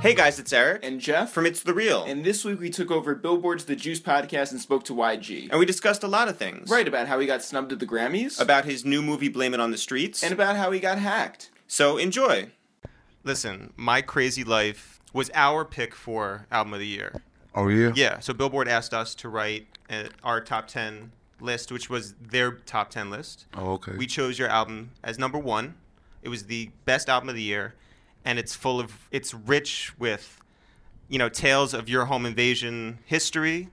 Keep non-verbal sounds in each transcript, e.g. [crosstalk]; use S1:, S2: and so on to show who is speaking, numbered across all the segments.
S1: Hey guys, it's Eric
S2: and Jeff
S1: from It's the Real, and,
S2: And this week we took over Billboard's The Juice podcast and spoke to YG.
S1: we discussed a lot of things.
S2: Right about how he got snubbed at the Grammys,
S1: About his new movie Blame It on the Streets.
S2: and about how he got hacked.
S1: so enjoy. Listen, My Crazy Life was our pick for album of the year.
S3: Oh yeah.
S1: Yeah, so Billboard asked us to write uh, our top 10 list, which was their top 10 list.
S3: Oh, okay.
S1: We chose your album as number 1. It was the best album of the year and it's full of it's rich with you know tales of your home invasion history.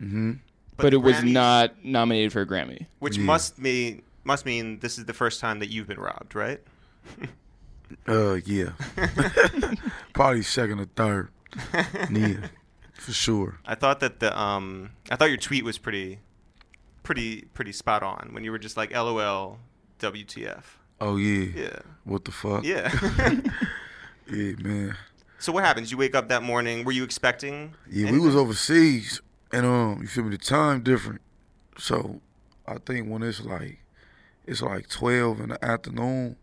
S1: Mhm.
S4: but it was not nominated for a Grammy.
S1: which must mean must mean this is the first time that you've been robbed, right?
S3: Uh,
S1: [laughs]
S3: yeah. Probably second or third. Yeah, for sure.
S1: I thought that the um I thought your tweet was pretty pretty pretty spot on when you were just like LOL WTF.
S3: Oh yeah.
S1: Yeah.
S3: What the fuck?
S1: Yeah. [laughs]
S3: Yeah, man.
S1: so what happens? You wake up that morning, were you expecting?
S3: Yeah, we
S1: anything?
S3: was overseas, and um, you feel me? The time different. So, I think when it's like, it's like twelve in the afternoon.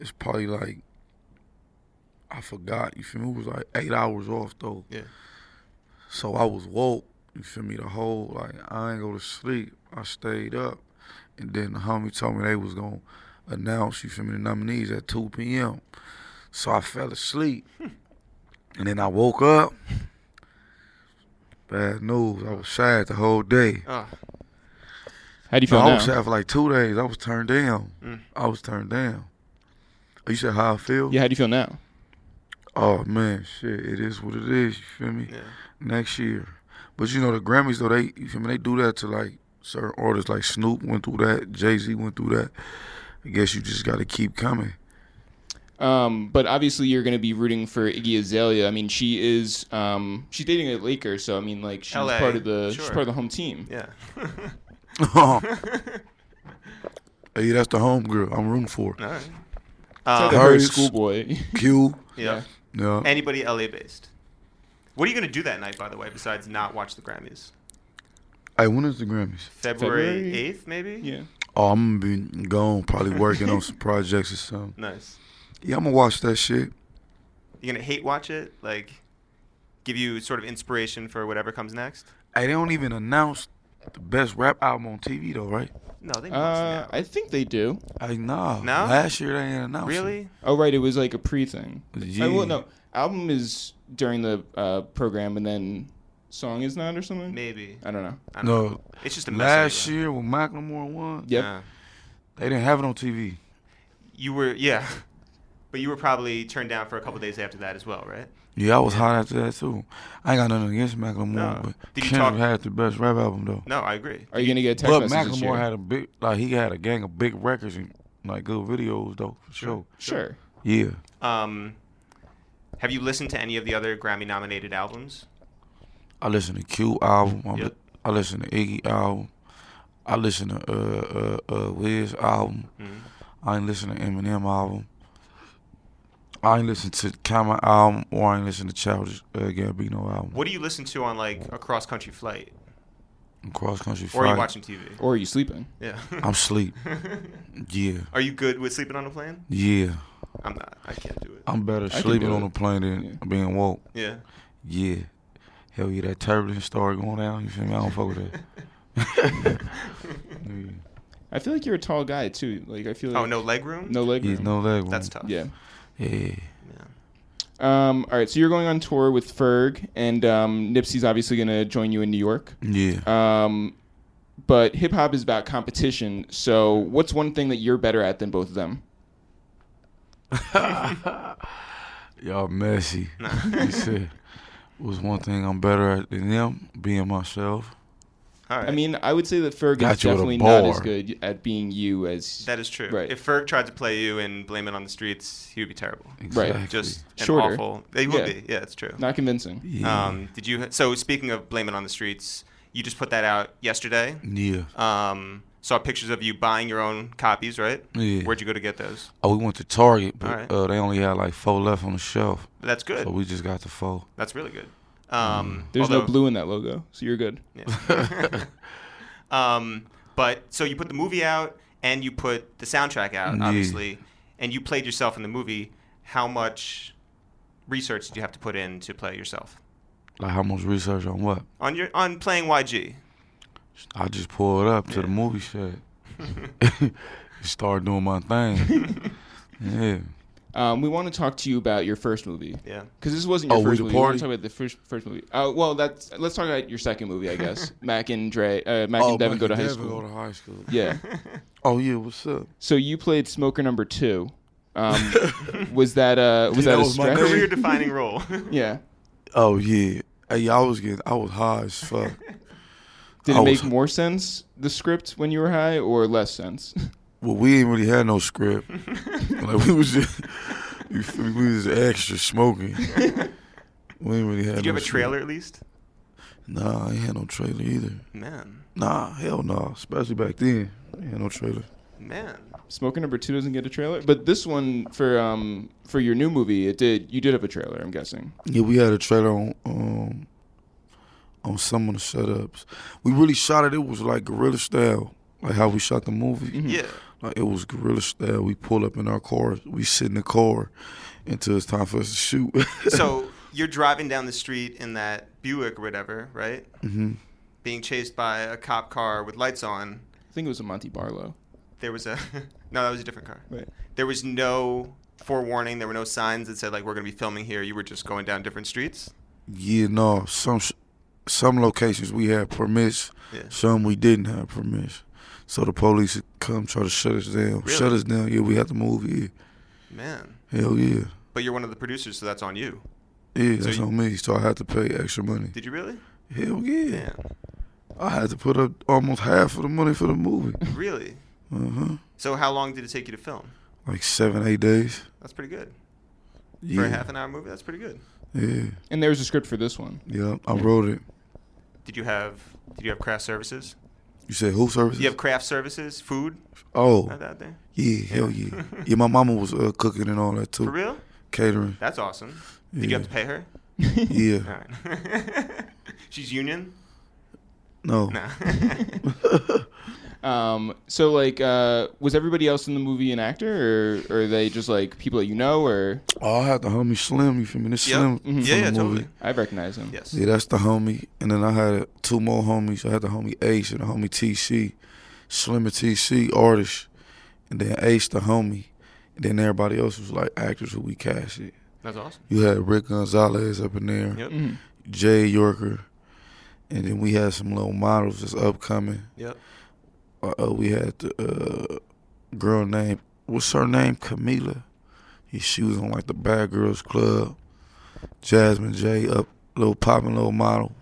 S3: It's probably like, I forgot. You feel me? It was like eight hours off though.
S1: Yeah.
S3: So I was woke. You feel me? The whole like I ain't go to sleep. I stayed up, and then the homie told me they was gonna announce. You feel me? The nominees at two p.m. So I fell asleep, and then I woke up. Bad news. I was sad the whole day.
S1: Oh,
S4: How do you
S3: No,
S4: feel
S3: I
S4: now? Mm.
S3: was sad for like two days. I was turned down. I was turned down. Oh, You said how I feel?
S4: Yeah, how do you feel now?
S3: Oh man, shit, it is what it is. You feel me? Next year, but you know the Grammys though they, you feel me? They do that to like certain artists. Like Snoop went through that, Jay Z went through that. I guess you just got to
S4: [laughs]
S3: keep coming.
S4: Um, but obviously, you're going to be rooting for Iggy Azalea. I mean, she is um, she's dating a Laker, so I mean, like she's
S1: LA,
S4: part of the she's
S1: sure.
S4: part of the home team.
S1: yeah.
S3: hey, that's the home girl I'm rooting for.
S1: All right.
S4: Like
S1: Um,
S4: a very
S3: Hers.
S4: schoolboy. [laughs]
S3: Q.
S1: yeah.
S3: Yeah.
S1: Anybody LA based? What are you gonna do that night, by the way, besides not watch the Grammys?
S3: Hey, when is the Grammys?
S1: February
S4: February?
S1: eighth, maybe.
S4: yeah.
S3: Oh, I'm gonna be gone, probably working
S1: [laughs]
S3: on some projects or something.
S1: Nice.
S3: Yeah, I'm gonna watch that shit.
S1: You're gonna hate watch it, like give you sort of inspiration for whatever comes next.
S3: Hey, they don't even announce the best rap album on TV though, right?
S1: No, they must
S4: Uh,
S1: now.
S4: I think they do.
S3: Like, nah.
S1: No?
S3: Last year they ain't announced. it.
S1: really?
S4: Oh, right. It was like a pre thing.
S3: Yeah.
S4: well, no. Album is during the uh, program, and then song is not or something.
S1: Maybe.
S4: I don't know.
S1: I don't know.
S3: No.
S1: It's just a mess
S3: Last
S1: anyway.
S3: year when Macklemore won,
S4: Yep.
S1: Yeah.
S3: they didn't have it on TV.
S1: You were yeah, [laughs] but you were probably turned down for a couple days after that as well, right?
S3: Yeah, I was hot after that too. I ain't got nothing against Macklemore,
S1: No.
S3: but
S1: Did you
S3: Kendrick
S1: talk-
S3: had the best rap album though.
S1: No, I agree.
S4: Are you going to get a text
S3: But
S4: message this year?
S3: Macklemore had a big, like he had a gang of big records and like good videos though, for sure.
S4: sure.
S3: Yeah.
S1: Um, have you listened to any of the other Grammy-nominated albums?
S3: I listen to Q album. I, li-
S1: Yep.
S3: I listen to Iggy album. I listen to uh uh uh Wiz album.
S1: Mm-hmm.
S3: I ain't listen to Eminem album. I ain't listen to Common album or I ain't listen to Childish uh, Gambino album.
S1: What do you listen to on like a cross-country flight,
S3: Cross
S1: or
S3: Country
S1: are
S3: Friday.
S1: you watching TV?
S4: Or are you sleeping?
S1: Yeah. [laughs]
S3: I'm sleep. yeah,
S1: are you good with sleeping on a plane?
S3: yeah.
S1: I'm not. I can't do
S4: Uh,
S1: it.
S3: I'm better
S4: can
S3: sleeping
S4: do
S3: on
S4: it.
S3: a plane than being woke.
S1: Yeah. [laughs]
S3: Yeah. Hell yeah, that turbulence started going down. You feel me? I don't fuck with that.
S4: I feel like you're a tall guy too. Like I feel. Like
S1: Oh, no leg room?
S4: No leg.
S3: He's
S4: room.
S3: no leg.
S1: That's
S3: room.
S1: tough.
S4: Yeah.
S3: Yeah.
S4: Um, all right. So you're going on tour with Ferg, and um, Nipsey's obviously gonna join you in New York.
S3: Yeah.
S4: Um, but hip hop is about competition. So what's one thing that you're better at than both of them?
S3: Y'all messy. He said, "Was one thing I'm better at than them being myself."
S1: All right.
S4: I mean, I would say that Ferg
S3: Got
S4: is
S3: you with a
S4: definitely not
S3: bar.
S4: as good at being you as
S1: that is true.
S4: Right.
S1: If Ferg tried to play you and blame it on the streets, he would be terrible.
S3: Exactly.
S1: Just an
S4: Shorter.
S1: awful. He would
S4: Yeah.
S1: be. Yeah, it's true.
S4: not convincing.
S3: Yeah.
S1: Um, did you? So speaking of blame it on the streets, you just put that out yesterday.
S3: yeah.
S1: Um, saw pictures of you buying your own copies, right?
S3: Yeah.
S1: Where'd you go to get those?
S3: oh, we went to Target, but
S1: Alright.
S3: uh, they only had like four left on the shelf,
S1: That's good.
S3: so we Mm. just got the four.
S1: That's really good. Um,
S4: There's no
S1: although-
S4: blue in that logo, so you're good.
S3: [laughs]
S1: Yeah. [laughs] um, but so you put the movie out and you put the soundtrack out,
S3: Yeah.
S1: obviously, and you played yourself in the movie. How much research did you have to put in to play yourself
S3: Like how much research on what?
S1: on your on playing YG?
S3: I just pulled up to the movie set, [laughs] and started doing my [laughs] thing. yeah.
S4: Um, we want to talk to you about your first movie.
S3: [laughs]
S1: Yeah.
S4: Because this wasn't your
S3: Oh, we
S4: first
S3: the
S4: movie. We want
S3: party?
S4: to talk about the first first movie. Uh, well, that's let's talk about your second movie, I
S3: [laughs]
S4: guess. Mac and Dre, uh, Mac and Devin go
S3: Mike
S4: to high
S3: Oh, Devin
S4: school.
S3: Go to high school.
S4: yeah.
S3: [laughs] Oh yeah, what's up?
S4: So you played Smoker Number Two.
S3: [laughs]
S4: Um, was that uh, was
S3: Dude,
S4: that,
S3: that
S4: a
S3: was my
S4: stretch?
S1: Career defining
S3: [laughs]
S1: role.
S4: Yeah.
S3: Oh yeah. Hey, I was getting, I was high as fuck.
S4: Did
S3: I
S4: it
S3: was-
S4: make more sense the script when you were high or less sense? [laughs]
S3: Well, we ain't really had
S1: [laughs]
S3: no script. like we was just, you feel me? We was extra smoking. We ain't really had.
S1: Did you
S3: no
S1: have a trailer at least?
S3: Script. Nah, I ain't had no trailer either.
S1: Man,
S3: Nah, hell no. Especially back then, I ain't had no trailer.
S1: man.
S4: Smoker Number Two doesn't get a trailer, but this one for um for your new movie, it did. You did have a trailer, I'm guessing.
S3: Yeah, we had a trailer on um on some of the setups. We really shot it. It was like guerrilla style, like how we shot the movie.
S1: Mm-hmm. Yeah.
S3: Like it was guerrilla style. We pull up in our car. We sit in the car until it's time for us to shoot. [laughs]
S1: So you're driving down the street in that Buick or whatever, right? Mm-hmm. Being chased by a cop car with lights on.
S4: I think it was a Monty Barlow.
S1: There was a no, that was a different car.
S4: Right.
S1: There was no forewarning. There were no signs that said like we're going to be filming here. You were just going down different streets.
S3: yeah, no. Some sh- some locations we had permits.
S1: Yeah.
S3: Some we didn't have permits. So the police would come try to shut us down. Shut us down. Yeah, we had to move. Yeah,
S1: Man,
S3: hell yeah.
S1: but you're one of the producers, so that's on you.
S3: Yeah, that's
S1: you-
S3: on me. So I had to pay extra money.
S1: Did you really?
S3: Hell yeah.
S1: Yeah.
S3: I had to put up almost half of the money for the movie. Uh-huh.
S1: Really? Uh huh. So how long did it take you to film?
S3: Like seven, eight days.
S1: That's pretty good
S3: Yeah.
S1: for a half an hour movie. That's pretty good.
S3: Yeah.
S4: And there's a script for this one.
S3: Yeah. I wrote it.
S1: Did you have Did you have craft services?
S3: You said who services?
S1: You have craft services, food
S3: Oh.
S1: out out there.
S3: Yeah,
S1: [laughs]
S3: hell yeah. yeah, my mama was uh, cooking and all that too.
S1: For real? [laughs]
S3: Catering.
S1: That's awesome. Did you have to pay her?
S3: Yeah.
S1: All right. [laughs] She's union.
S3: No. [laughs]
S4: Um, so like, uh, was everybody else in the movie an actor, or, or are they just like people that you know, or
S3: Oh, I had the homie Slim. You feel me? This
S1: Yep.
S3: Slim.
S1: Mhm.
S3: from
S1: Yeah,
S3: the
S1: yeah,
S3: movie.
S1: totally.
S4: I recognize him?
S1: Yes.
S3: Yeah, that's the homie. And then I had two more homies. I had the homie Ace and the homie TC. Slim and TC, artist. And then Ace, the homie. And then everybody else was like actors who we casted.
S1: That's awesome.
S3: You had Rick Gonzalez up in there,
S1: Yep.
S3: Jay Yorker, and then we had some little models that's upcoming.
S1: Yep.
S3: Uh, uh, we had the uh, girl named what's her name, Camila. Yeah, She was on like the Bad Girls Club. Jasmine J up, little popping little model.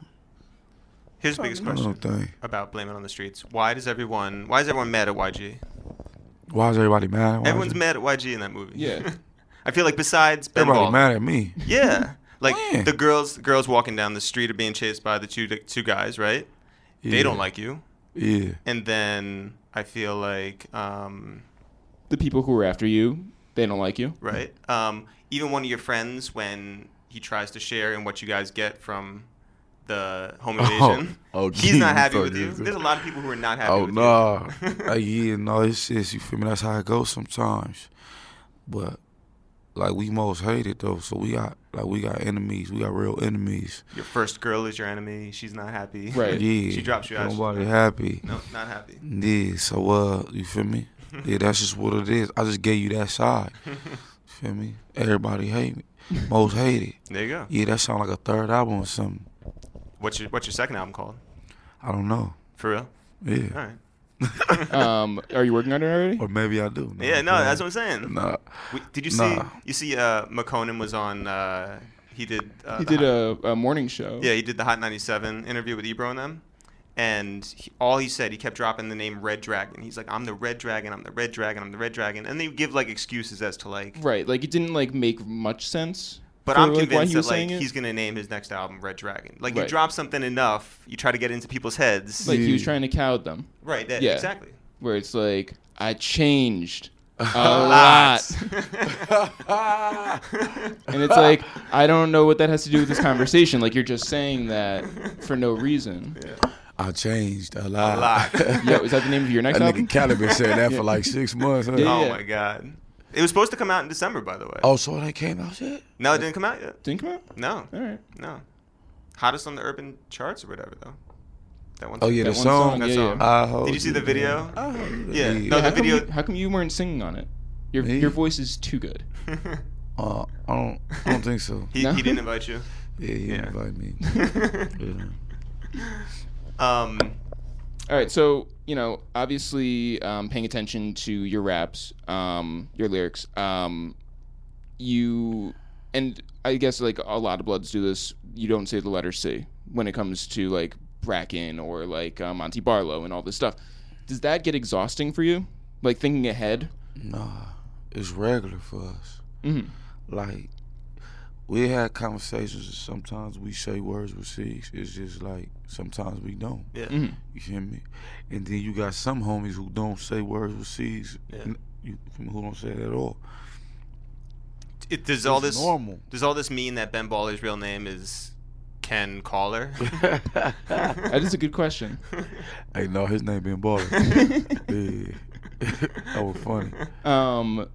S1: Here's the biggest
S3: I
S1: question
S3: don't think.
S1: about blaming on the streets. Why does everyone? Why is everyone mad at YG?
S3: Why is everybody mad? Why
S1: Everyone's
S3: is
S1: mad at YG in that movie.
S4: Yeah.
S1: [laughs] I feel like besides Ben
S3: Everybody
S1: Ball-
S3: mad at me.
S1: Yeah. Like
S3: Why?
S1: the girls, the girls walking down the street are being chased by the two two guys, right? They
S3: Yeah.
S1: don't like you.
S3: [laughs] Yeah.
S1: And then I feel like, um,
S4: The people who were after you, they
S1: [laughs]
S4: don't like you.
S1: right? Um, even one of your friends, when he tries to share in what you guys get from the home invasion,
S3: [laughs] oh,
S1: he's not
S3: geez,
S1: happy
S3: oh,
S1: with you.
S3: geez.
S1: There's a lot of people who are not happy
S3: Oh
S1: with
S3: no, uh, yeah, no, it's just you feel me. That's how it goes sometimes. But like we most hated though, so we got Like we got enemies. We got real enemies.
S1: [laughs] Your first girl is your enemy. She's not happy. [laughs]
S4: Right.
S3: Yeah.
S1: She drops you out. She's
S3: Nobody
S1: like,
S3: happy.
S1: No, not happy.
S3: Yeah, so uh, you feel
S1: [laughs]
S3: me? Yeah, that's just what it is. I just gave you that side. feel me? Everybody hate me. Most hated.
S1: There you go.
S3: Yeah, that sound like a third album or something.
S1: What's your What's your second album called?
S3: I don't know.
S1: For real?
S3: Yeah.
S1: All right.
S4: Um, are you working on it already?
S3: Or maybe I do.
S1: Yeah, no, that's what I'm saying.
S3: Nah.
S1: We- Did you see?
S3: Nah.
S1: You see? Uh, McConan was on. Uh, he did. Uh,
S4: He
S1: the
S4: did
S1: Hot-
S4: a, a morning show.
S1: Yeah, he did the Hot 97 interview with Ebro and them. And he, all he said, he kept dropping the name Red Dragon. He's like, I'm the Red Dragon, I'm the Red Dragon, I'm the Red Dragon. And they give like excuses as to like,
S4: Right. Like it didn't like make much sense.
S1: but
S4: for,
S1: I'm
S4: like, why
S1: convinced
S4: he
S1: that
S4: was
S1: like
S4: saying it.
S1: he's going to name his next album Red Dragon. Like you
S4: Right.
S1: drop something enough, you try to get into people's heads.
S4: like he was trying to cow them.
S1: right, that,
S4: yeah.
S1: exactly.
S4: Where it's like I
S1: [laughs]
S4: changed a lot, [laughs] and
S1: [laughs]
S4: it's like I don't know what that has to do with this conversation. Like you're just saying that for
S1: [laughs]
S4: no reason.
S5: I changed a lot.
S1: A
S3: [laughs]
S1: lot.
S4: Yo, is that the name of your next
S5: That
S4: album?
S5: nigga Cali been saying that for like six months. Huh?
S4: [laughs] Yeah.
S1: [laughs] Oh my God. It was supposed to come out in December, by the way.
S3: Oh, so that came out yet?
S1: No, it didn't come out yet.
S4: Didn't come out.
S1: No,
S4: All right.
S1: no. Hottest on the urban charts or whatever, though. That one.
S3: Oh yeah,
S4: That
S3: the
S4: one
S3: song.
S1: That
S4: song,
S3: Uh,
S4: yeah, Oh,
S1: song.
S4: yeah.
S3: I hold
S1: Did you see the video? Yeah.
S3: Yeah.
S1: No,
S4: how,
S1: the
S4: come
S1: video.
S4: you, how come you weren't singing on it? Your
S3: Me?
S4: your voice is too good.
S3: Uh, I don't. I don't think so.
S1: [laughs] He,
S4: No?
S1: he didn't invite
S4: [laughs]
S1: you.
S3: Yeah, he
S1: Yeah.
S3: invited
S1: [laughs]
S3: me. yeah.
S1: Um,
S4: All right, so you know, obviously, um, paying attention to your raps, um, your lyrics, um, you, and I guess like a lot of Bloods do this. You don't say the letter C when it comes to like Bracken or like uh, Monty Barlow and all this stuff. Does that get exhausting for you? Like thinking ahead.
S3: It's regular for us. Like we had conversations. And sometimes we say words with six. It's just like sometimes we don't.
S1: yeah.
S3: You hear me? And then you got some homies who don't say words with C's. n- You, who don't say it at all.
S1: It, does all
S3: It's
S1: this
S3: normal.
S1: does all this mean that Ben Baller's real name is Ken Caller?
S4: That is a good question.
S3: Hey, no, his name been baller. yeah. [laughs] that was funny.
S4: Um,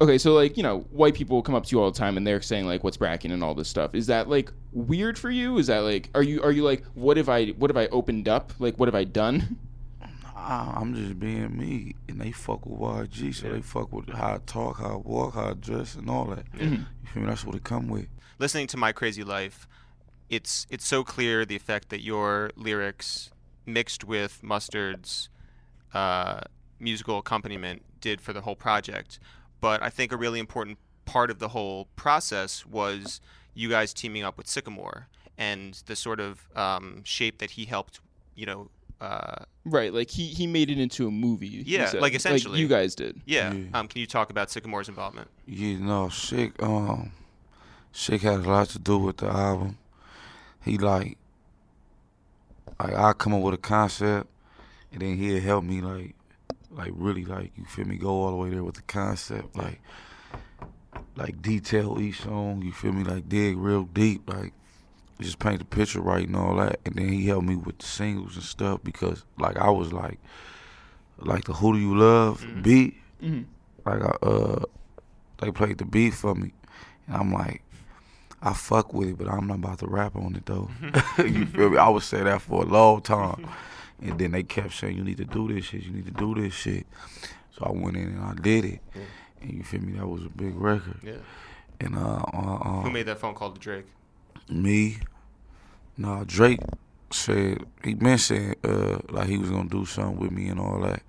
S4: okay, so like you know, white people come up to you all the time and they're saying like, "What's bracken?" and all this stuff. Is that like weird for you? Is that like, are you are you like, what have I what have I opened up? Like, what have I done? [laughs]
S3: I, I'm just being me, and they fuck with YG, so they fuck with how I talk, how I walk, how I dress, and all that. You feel me? That's what it come with.
S1: Listening to My Crazy Life, it's it's so clear the effect that your lyrics mixed with Mustard's uh, musical accompaniment did for the whole project. But I think a really important part of the whole process was you guys teaming up with Sycamore and the sort of um, shape that he helped, you know. Uh,
S4: Right, like he he made it into a movie. he
S1: Yeah,
S4: said.
S1: like, essentially.
S4: you guys did.
S1: yeah. Um, can you talk about Sycamore's involvement?
S3: Yeah, no, Sick, um, Sick had a lot to do with the album. He like, like I come up with a concept, and then he'll help me like, like really like you feel me go all the way there with the concept like, like detail each song. You feel me like dig real deep like, just paint the picture right and all that. And then he helped me with the singles and stuff because like I was like, like the Who Do You Love
S1: Mm-hmm.
S3: beat, like I uh they played the beat for me, and I'm like, I fuck with it, but I'm not about to rap on
S1: [laughs]
S3: it though. [laughs] you feel me? I would say that for a long time, and then they kept saying you need to do this shit, you need to do this shit. So I went in and I did it, and you feel me? That was a big record.
S1: Yeah.
S3: And uh, uh, uh
S1: Who made that phone call to Drake?
S3: me, nah, Drake said he been saying uh like he was gonna do something with me and all that.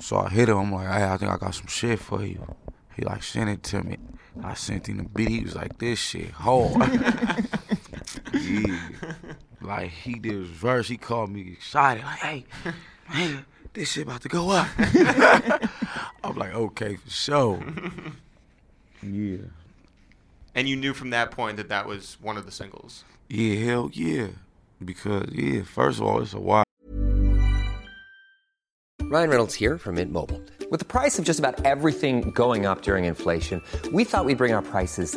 S3: So I hit him. I'm like, hey, I think I got some shit for you. He like sent it to me. I sent him the beat. He was like, this shit hard. yeah. Like he did his verse. He called me excited. Like, hey, hey, this shit about to go up. I'm like, okay, for sure. yeah.
S1: And you knew from that point that that was one of the singles.
S3: Yeah, hell yeah. Because yeah, first of all, it's a wild.
S6: Ryan Reynolds here from Mint Mobile. With the price of just about everything going up during inflation, we thought we'd bring our prices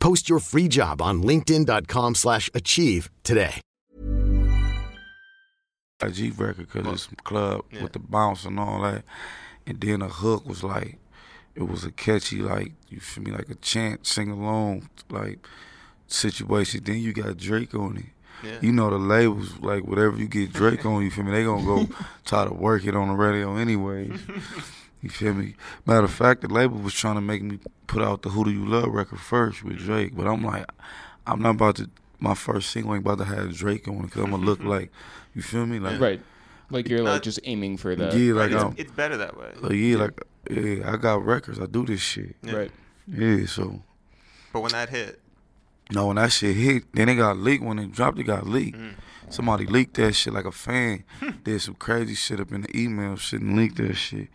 S7: Post your free job on linkedin.com/achieve slash achieve today.
S3: a G record because it's some club with the bounce and all that. And then a hook was like, it was a catchy, like, you feel me, like a chant, sing along, like, situation. Then you got Drake on it. You know, the labels, like, whatever you
S1: [laughs]
S3: get Drake on, you feel me, they gonna go try to work it on the radio anyways. You feel me? Matter of fact, the label was trying to make me put out the Who Do You Love record first with Drake, but I'm like, I'm not about to. My first single ain't about to have Drake on it because I'm
S1: [laughs]
S3: gonna look like, you feel me? Like,
S4: Right. Like you're
S1: Uh,
S4: like just aiming for the
S3: yeah, like
S1: It's,
S3: I'm,
S1: it's better that way.
S3: like, Oh, yeah, like, yeah, I got records. I do this shit.
S4: right.
S3: Yeah, so
S1: But when that hit,
S3: no, when that shit hit, then it got leaked. When it dropped, it got leaked.
S1: Mm.
S3: Somebody leaked that shit like
S1: [laughs]
S3: a fan. Did some crazy shit up in the email shit and leaked that shit.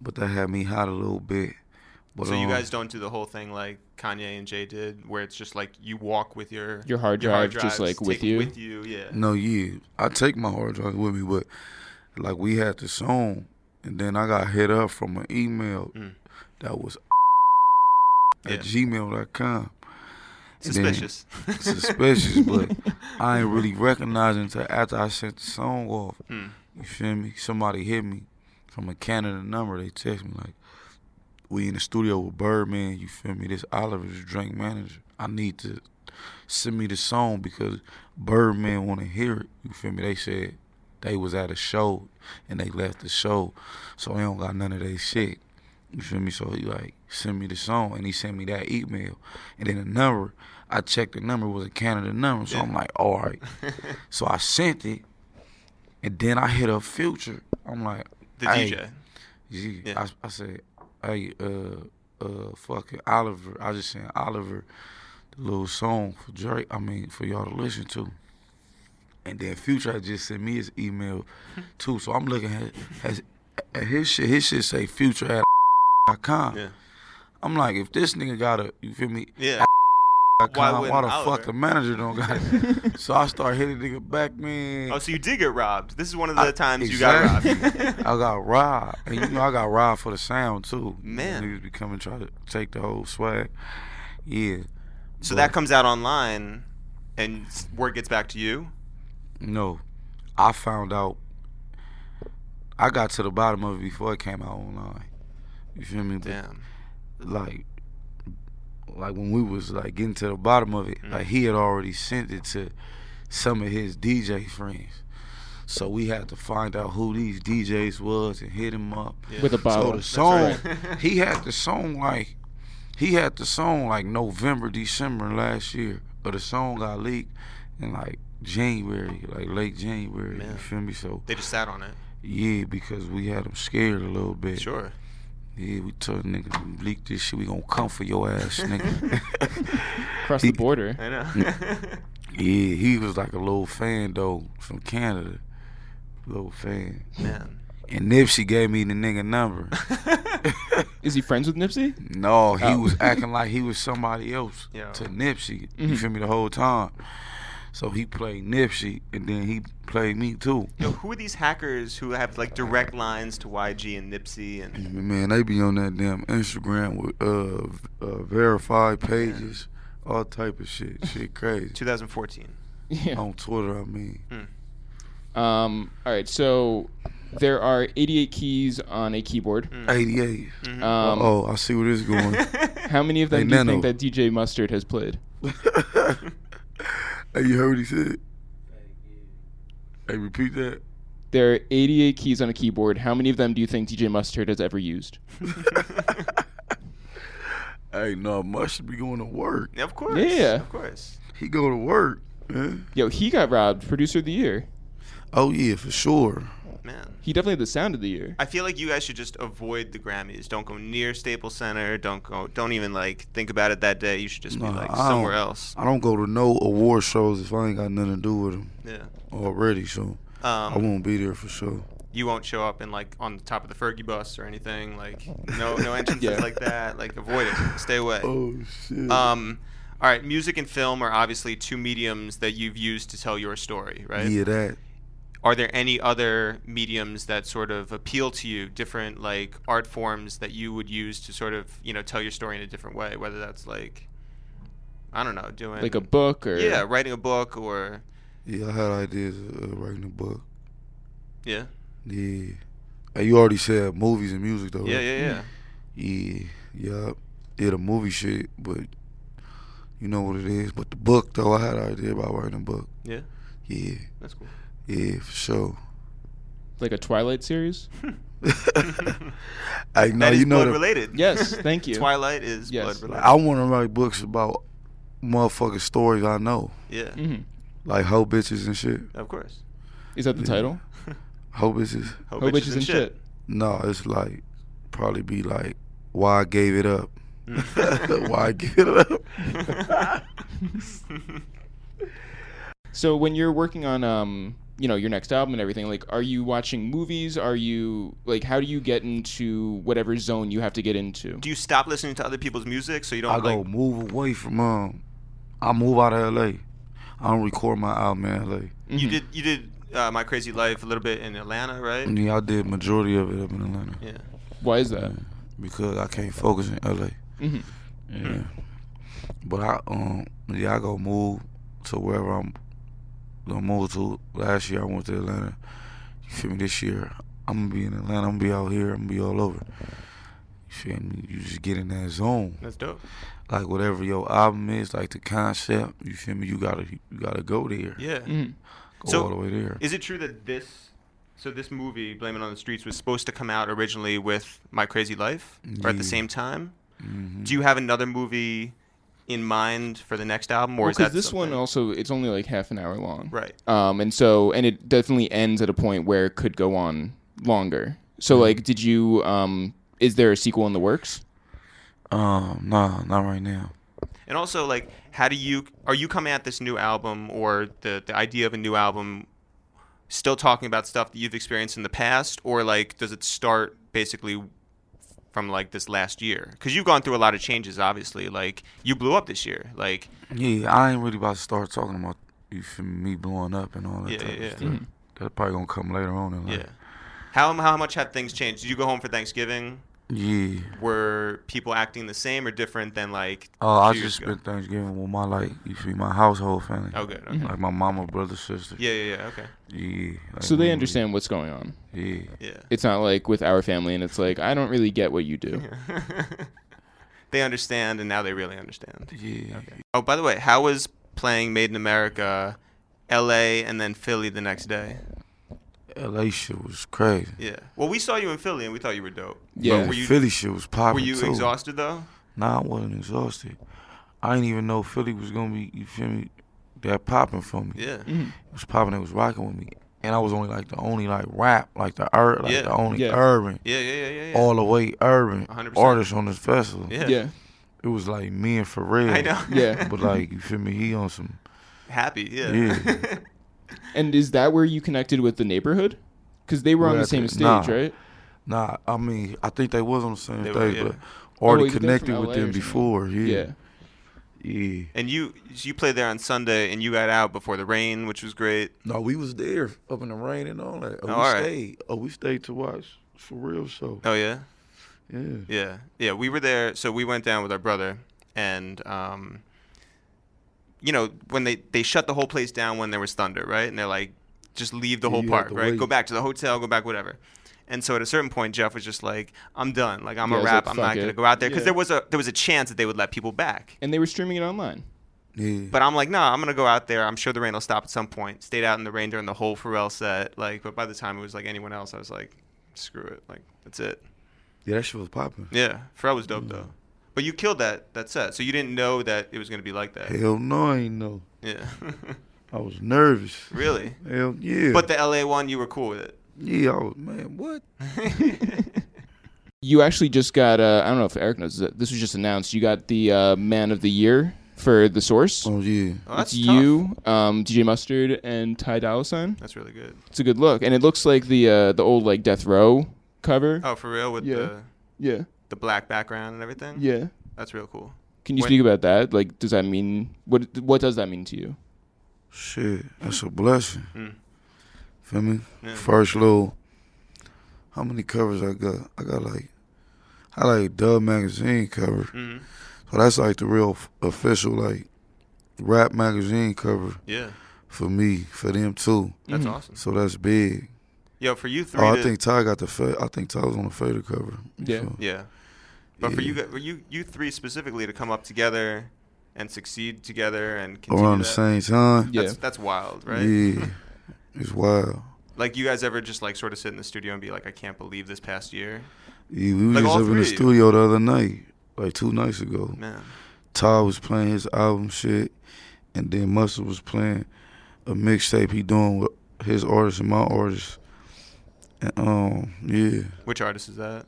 S3: But that had me hot a little bit. But,
S1: so you
S3: um,
S1: guys don't do the whole thing like Kanye and Jay did, where it's just like you walk with your
S4: Your hard drive just, like, with
S1: take it
S4: you?
S1: With you, yeah.
S3: No, yeah, I take my hard drive with me, but like we had the song, and then I got hit up from an email that was
S1: Mm. Yeah.
S3: at gmail.com. And then-
S1: Suspicious.
S3: suspicious, but I ain't really recognizing until after I sent the song off. You feel me? Somebody hit me from a Canada number. They text me like, "We in the studio with Birdman." You feel me? This Oliver's drink manager. I need to send me the song because Birdman want to hear it. You feel me? They said they was at a show and they left the show, so they don't got none of their shit. You feel me? So he like sent me the song and he sent me that email. And then the number, I checked the number, it was a Canada number. So I'm like, all right. so I sent it and then I hit a future. I'm like,
S1: the
S3: hey,
S1: DJ.
S3: G. I
S1: Yeah.
S3: I said, hey, uh, uh, fucking Oliver. I just sent Oliver the little song for Drake, I mean, for y'all to listen to. And then Future had just sent me his
S1: [laughs]
S3: email too. So I'm looking at, at, at his shit. His shit say Future at .com.
S1: Yeah.
S3: I'm like, if this nigga got a, you feel me?
S1: Yeah. Why
S3: Why, why
S1: wouldn't
S3: the
S1: Oliver?
S3: fuck the manager don't got
S1: [laughs]
S3: it? so I start hitting nigga back, man.
S1: Oh, so you did get robbed. This is one of the times you got robbed.
S3: Exactly. [laughs] I got robbed, and you know I got robbed for the sound too.
S1: Man.
S3: niggas be coming try to take the whole swag. Yeah,
S1: So that comes out online, and s- word gets back to you.
S3: no, I found out. I got to the bottom of it before it came out online. You feel me? But,
S1: Damn.
S3: Like, like when we was like getting to the bottom of it,
S1: Mm.
S3: like he had already sent it to some of his DJ friends. So we had to find out who these DJs was and hit him up.
S4: With a
S3: So
S4: bottle.
S3: the song, he had the song like, he had the song like November, December last year, but the song got leaked in like January, like late January. You feel me? So
S1: They just sat on it.
S3: yeah, because we had him scared a little bit.
S1: Sure.
S3: Yeah, we told nigga leak this shit. We gonna come for your ass, nigga. [laughs]
S4: Across the border.
S1: I know.
S3: yeah, he was like a little fan though from Canada, little fan.
S1: [laughs] Man.
S3: And Nipsey gave me the nigga number.
S4: Is he friends with Nipsey? [laughs]
S3: No, he was acting like he was somebody else
S1: Yeah.
S3: to Nipsey. You feel me the whole time. So he played Nipsey, and then he played me too.
S1: Yo, who are these hackers who have like direct lines to YG and Nipsey and
S3: Man, they be on that damn Instagram with uh, v- uh verified pages, all type of shit, shit crazy.
S1: 2014?
S4: Yeah.
S3: on Twitter, I mean. Oh.
S4: Um. All right. So there are 88 keys on a keyboard.
S3: 88.
S1: Mm-hmm.
S4: Um,
S3: oh, I see where this is going.
S4: How many of them
S3: Hey,
S4: do you
S3: Nano.
S4: think that DJ Mustard has played?
S3: hey, you heard what he said? Hey, repeat that.
S4: There are 88 keys on a keyboard. How many of them do you think DJ Mustard has ever used?
S3: Hey, no, Mush should be going to work.
S1: Of course.
S4: Yeah.
S1: Of course.
S3: He go to work. Man.
S4: Yo, he got robbed. Producer of the year.
S3: Oh yeah, for sure.
S1: Man.
S4: He definitely had the sound of the year.
S1: I feel like you guys should just avoid the Grammys. Don't go near Staples Center. Don't go. Don't even like think about it that day. You should just be
S3: Nah,
S1: like
S3: I
S1: somewhere
S3: don't-
S1: else.
S3: I don't go to no award shows if I ain't got nothing to do with them
S1: Yeah. Um,
S3: already. So I won't be there for sure.
S1: You won't show up in like on the top of the Fergie bus or anything. Like no
S3: [laughs]
S1: no entrances
S4: Yeah.
S1: like that. Like avoid it. Stay away.
S3: Oh shit.
S1: Um. All right. Music and film are obviously two mediums that you've used to tell your story, right?
S3: Yeah, that.
S1: Are there any other mediums that sort of appeal to you? Different like art forms that you would use to sort of you know tell your story in a different way? Whether that's like I don't know, doing
S4: Like a book or
S1: yeah, writing a book or
S3: Yeah, I had ideas of uh, writing a book.
S1: yeah,
S3: Yeah. Hey, you already said movies and music though.
S1: yeah,
S3: right?
S1: yeah, yeah.
S4: Hmm.
S3: Yeah, yeah, yeah, the movie shit, but you know what it is. But the book though, I had an idea about writing a book.
S1: Yeah,
S3: Yeah,
S1: that's cool.
S3: yeah, for sure.
S4: like a
S1: [laughs]
S4: Twilight series.
S3: I know
S1: That is
S3: you know
S1: blood
S3: the,
S1: related.
S4: Yes, thank you.
S1: Twilight is
S4: Yes.
S1: blood related.
S3: I want to write books about motherfucking stories I know,
S1: Yeah,
S4: Mm-hmm.
S3: like hoe bitches and shit.
S1: of course.
S4: Is that
S1: [laughs]
S4: the title?
S3: Hoe bitches?
S1: Ho
S4: Ho bitches and shit.
S3: No, it's like probably be like why I gave it up. [laughs] why I gave it up?
S4: So when you're working on um you know your next album and everything like are you watching movies are you like how do you get into whatever zone you have to get into
S1: Do you stop listening to other people's music so you don't
S3: I
S1: like?
S3: go move away from um. I move out of L.A. I don't record my album in L.A.
S4: Mm-hmm.
S1: You did you did uh, my crazy life a little bit in Atlanta, right?
S3: Yeah, I did majority of it up in Atlanta
S1: Yeah.
S4: why is that
S3: because I can't focus in LA.
S1: Mm-hmm.
S3: Yeah, but I um yeah I go move to wherever I'm gonna move to. Last year I went to Atlanta. You feel me? This year I'm gonna be in Atlanta. I'm gonna be out here. I'm gonna be all over. You feel me? You just get in that zone.
S1: That's dope.
S3: Like whatever your album is, like the concept. You feel me? You gotta you gotta go there.
S1: Yeah.
S4: Mm-hmm.
S3: Go
S1: So-
S3: all the way there.
S1: Is it true that this so this movie Blame It on the Streets was supposed to come out originally with My Crazy Life or at the same time?
S4: Mm-hmm.
S1: Do you have another movie in mind for the next album or is
S4: because
S1: that
S4: this one uh,
S1: something-
S4: also it's only like half an hour long
S1: Right.
S4: um and so and it definitely ends at a point where it could go on longer so like did you um is there a sequel in the works
S3: Um, nah, not right now.
S1: And also, like, how do you are you coming at this new album or the the idea of a new album still talking about stuff that you've experienced in the past, or like, does it start basically from like this last year? Because you've gone through a lot of changes, obviously. Like, you blew up this year. Like,
S3: Yeah, I ain't really about to start talking about you feel me, me blowing up and all that
S1: Yeah,
S3: type
S1: yeah,
S3: of
S1: yeah.
S3: stuff.
S4: Mm-hmm.
S3: That's probably gonna come later on in
S1: yeah.
S3: life.
S1: How how much have things changed? Did you go home for Thanksgiving?
S3: Yeah.
S1: Were people acting the same or different than like?
S3: Oh, I
S1: two years
S3: just
S1: ago?
S3: spent Thanksgiving with my like you feel me, my household family.
S1: Oh, good. Okay.
S3: Like my mama, brother, sister.
S1: Yeah, yeah, yeah. Okay.
S3: Yeah. like,
S4: so
S3: we-
S4: they understand what's going on
S3: Yeah.
S1: Yeah.
S4: it's not like with our family and it's like i don't really get what you do
S1: [laughs] They understand, and now they really understand.
S3: Yeah.
S1: Oh, by the way, how was playing Made in America, L.A. and then Philly the next day?
S3: LA shit was crazy.
S1: Yeah. Well, we saw you in Philly and we thought you were dope.
S4: Yeah.
S1: But were you
S3: Philly shit was popping.
S1: were you
S3: too.
S1: exhausted though?
S3: Nah, I wasn't exhausted. I didn't even know Philly was gonna be, you feel me, that popping for me.
S1: Yeah.
S3: It was popping, it was rocking with me. And I was only like the only like rap, like the ur- like
S1: Yeah.
S3: the only
S4: Yeah.
S3: urban.
S1: Yeah, yeah, yeah, yeah. yeah.
S3: all the way urban
S1: 100%.
S3: artists on this festival.
S1: yeah.
S4: yeah
S3: It was like me and Pharrell.
S1: I know.
S4: yeah
S3: [laughs] But like, you feel me? He on some.
S1: Happy. Yeah. [laughs]
S3: Yeah.
S4: and is that where you connected with the neighborhood because they were on
S3: Well,
S4: the same
S3: that's
S4: stage
S3: it. Nah.
S4: right
S3: Nah, I mean, I think they was on the same
S1: They
S3: day,
S1: were, yeah.
S3: but
S4: Oh,
S3: already
S4: they're from
S3: connected
S4: LA
S3: with
S4: or
S3: them
S4: something.
S3: before.
S4: yeah
S3: Yeah. Yeah.
S1: And you you played there on Sunday and you got out before the rain, which was great.
S3: No, we was there up in the rain and all that. Oh, we
S1: all right.
S3: stayed. Oh, we stayed to watch Pharrell show.
S1: Oh yeah.
S3: Yeah.
S1: Yeah, yeah, we were there. So we went down with our brother, and um, you know, when they they shut the whole place down when there was thunder, right? And they're like, just leave the whole
S3: you
S1: park,
S3: had to
S1: right? Go
S3: wait.
S1: back to the hotel, go back whatever. And so at a certain point, Jeff was just like, "I'm done. Like I'm
S4: Yeah,
S1: a
S4: he's
S1: rap.
S4: like,
S1: I'm not
S4: fuck
S1: gonna
S4: it.
S1: go out there because
S4: Yeah.
S1: there was a there was a chance that they would let people back.
S4: and they were streaming it online
S3: Yeah.
S1: But I'm like, nah, I'm gonna go out there. I'm sure the rain will stop at some point. Stayed out in the rain during the whole Pharrell set. Like, but by the time it was like anyone else, I was like, screw it. Like, that's it.
S3: Yeah, that shit was popping.
S1: Yeah, Pharrell was dope
S3: Mm.
S1: though. But you killed that that set, so you didn't know that it was gonna be like that.
S3: Hell no, I ain't know.
S1: Yeah. [laughs]
S3: I was nervous.
S1: really?
S3: Hell yeah.
S1: But the LA one, you were cool with it.
S3: yeah, I was, man, what?
S4: You actually just got. Uh, I don't know if Eric knows. that This was just announced. You got the uh, Man of the Year for the Source.
S3: Oh yeah.
S1: Oh, that's
S4: it's
S1: tough.
S4: you, um, DJ Mustard, and Ty Dolla Sign.
S1: That's really good.
S4: It's a good look, and it looks like the uh, the old like Death Row cover.
S1: Oh, for real with
S4: Yeah.
S1: the
S4: Yeah,
S1: the black background and everything.
S4: yeah.
S1: That's real cool.
S4: Can you
S1: When-
S4: speak about that? Like, does that mean what? What does that mean to you?
S3: Shit, that's a blessing.
S1: Mm.
S3: Feel me?
S1: Yeah.
S3: First little. How many covers I got? I got like, I like Dub magazine cover.
S1: Mhm.
S3: So that's like the real f- official like rap magazine cover
S1: Yeah,
S3: for me, for them too.
S1: that's awesome.
S3: Mm-hmm. So that's big.
S1: Yo, for you three.
S3: Oh, I
S1: to-
S3: think Ty got the. Fa- I think Ty was on the fader cover.
S4: Yeah.
S3: So,
S1: Yeah, but for
S3: Yeah.
S1: you, gu- for you, you three specifically to come up together and succeed together and continue
S3: around the
S1: that,
S3: same time.
S4: Yeah.
S1: That's, that's wild, right?
S3: Yeah. it's wild.
S1: Like you guys ever just like sort of sit in the studio and be like, I can't believe this past year,
S3: Yeah, we was
S1: Like
S3: just
S1: all
S3: up in the
S1: three?
S3: studio the other night, like two nights ago.
S1: man.
S3: Ty was playing his album shit, and then Muscle was playing a mixtape he doing with his artists and my artists. And um, yeah,
S1: Which artist is that?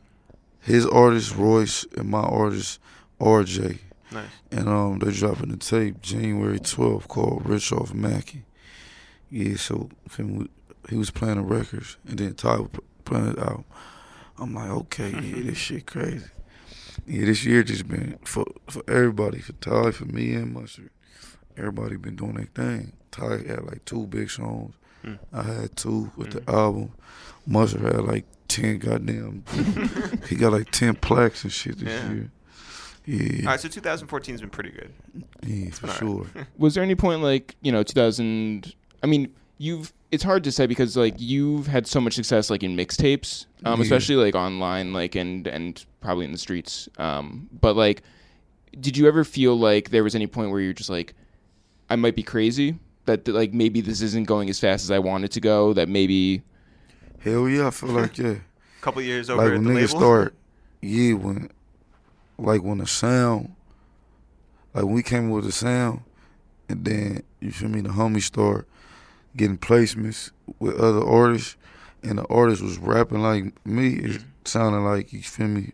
S3: his artist Royce and my artist RJ,
S1: Nice.
S3: and um, they dropping the tape January 12th called Rich Off Mackie. Yeah, so feel me, he was playing the records, and then Ty was pl- playing his album. I'm like, okay, yeah, this shit crazy. Yeah, this year just been for for everybody, for Ty, for me and Mustard. Everybody been doing their thing. Ty had like two big songs. I had two with the album. Mustard had like ten goddamn. he got like ten plaques and shit this
S1: Yeah.
S3: year. Yeah,
S1: All right, so 2014's been pretty good.
S3: yeah,
S1: [laughs]
S3: for sure.
S4: was there any point like you know 2000 i mean you've it's hard to say because like you've had so much success like in mixtapes um,
S3: Yeah.
S4: especially like online like and and probably in the streets um, but like did you ever feel like there was any point where you're just like i might be crazy that that, like maybe this isn't going as fast as i want it to go that maybe
S3: Hell yeah, I feel
S1: [laughs]
S3: like yeah.
S1: Couple years over at
S3: like when
S1: the
S3: niggas
S1: label.
S3: start, yeah, when like when the sound, like when we came with the sound, and then you feel me, the homies start getting placements with other artists, and the artist was rapping like me, it
S1: Mm-hmm.
S3: sounded like you feel me,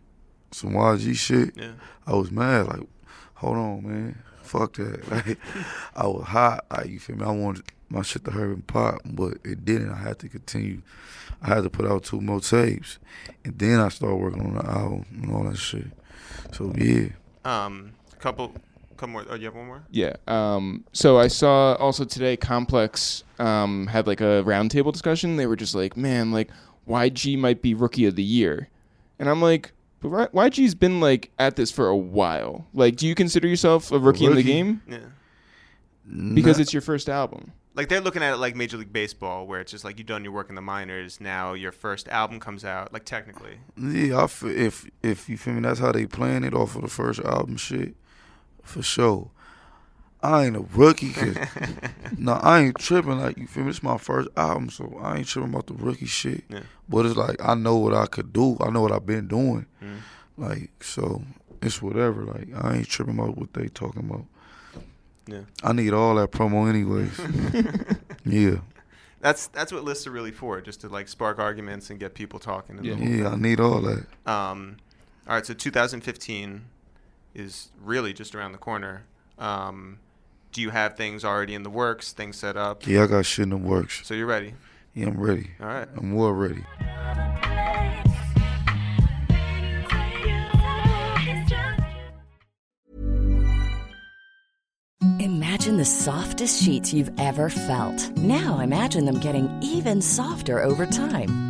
S3: some YG shit.
S1: Yeah.
S3: I was mad, like, hold on, man, fuck that. [laughs] Like, I was hot, like you feel me. I wanted my shit to hurt and pop, but it didn't. I had to continue. I had to put out two more tapes, and then I started working on the album and all that shit. So yeah,
S1: Um, couple, couple more. Oh, you have one more.
S4: Yeah. Um, so I saw also today Complex um, had like a roundtable discussion. They were just like, man, like YG might be rookie of the year. And I'm like, but Y- YG's been like at this for a while. Like, do you consider yourself a rookie, in the
S3: rookie?
S4: game?
S1: Yeah.
S4: Because it's your first album.
S1: Like they're looking at it like Major League Baseball, where it's just like you've done your work in the minors. Now your first album comes out, like technically.
S3: yeah. I feel, if if you feel me, that's how they playing it off of the first album shit, for sure. I ain't a
S1: [laughs]
S3: rookie, cause no, I ain't tripping. Like you feel me, it's my first album, so I ain't tripping about the rookie shit.
S1: Yeah.
S3: But it's like I know what I could do. I know what I've been doing.
S1: Mm-hmm.
S3: Like so, it's whatever. Like I ain't tripping about what they talking about.
S1: Yeah.
S3: I need all that
S1: [laughs]
S3: promo anyways. yeah,
S1: That's that's what lists are really for, just to like spark arguments and get people talking. And
S4: Yeah.
S1: the-
S3: yeah. I need all that.
S1: Um, all right, so 2015 is really just around the corner. Um, do you have things already in the works, things set up?
S3: Yeah, I got shit in the works.
S1: So you're ready.
S3: Yeah, I'm ready.
S1: All right.
S3: I'm well ready.
S8: Imagine the softest sheets you've ever felt. Now imagine them getting even softer over time.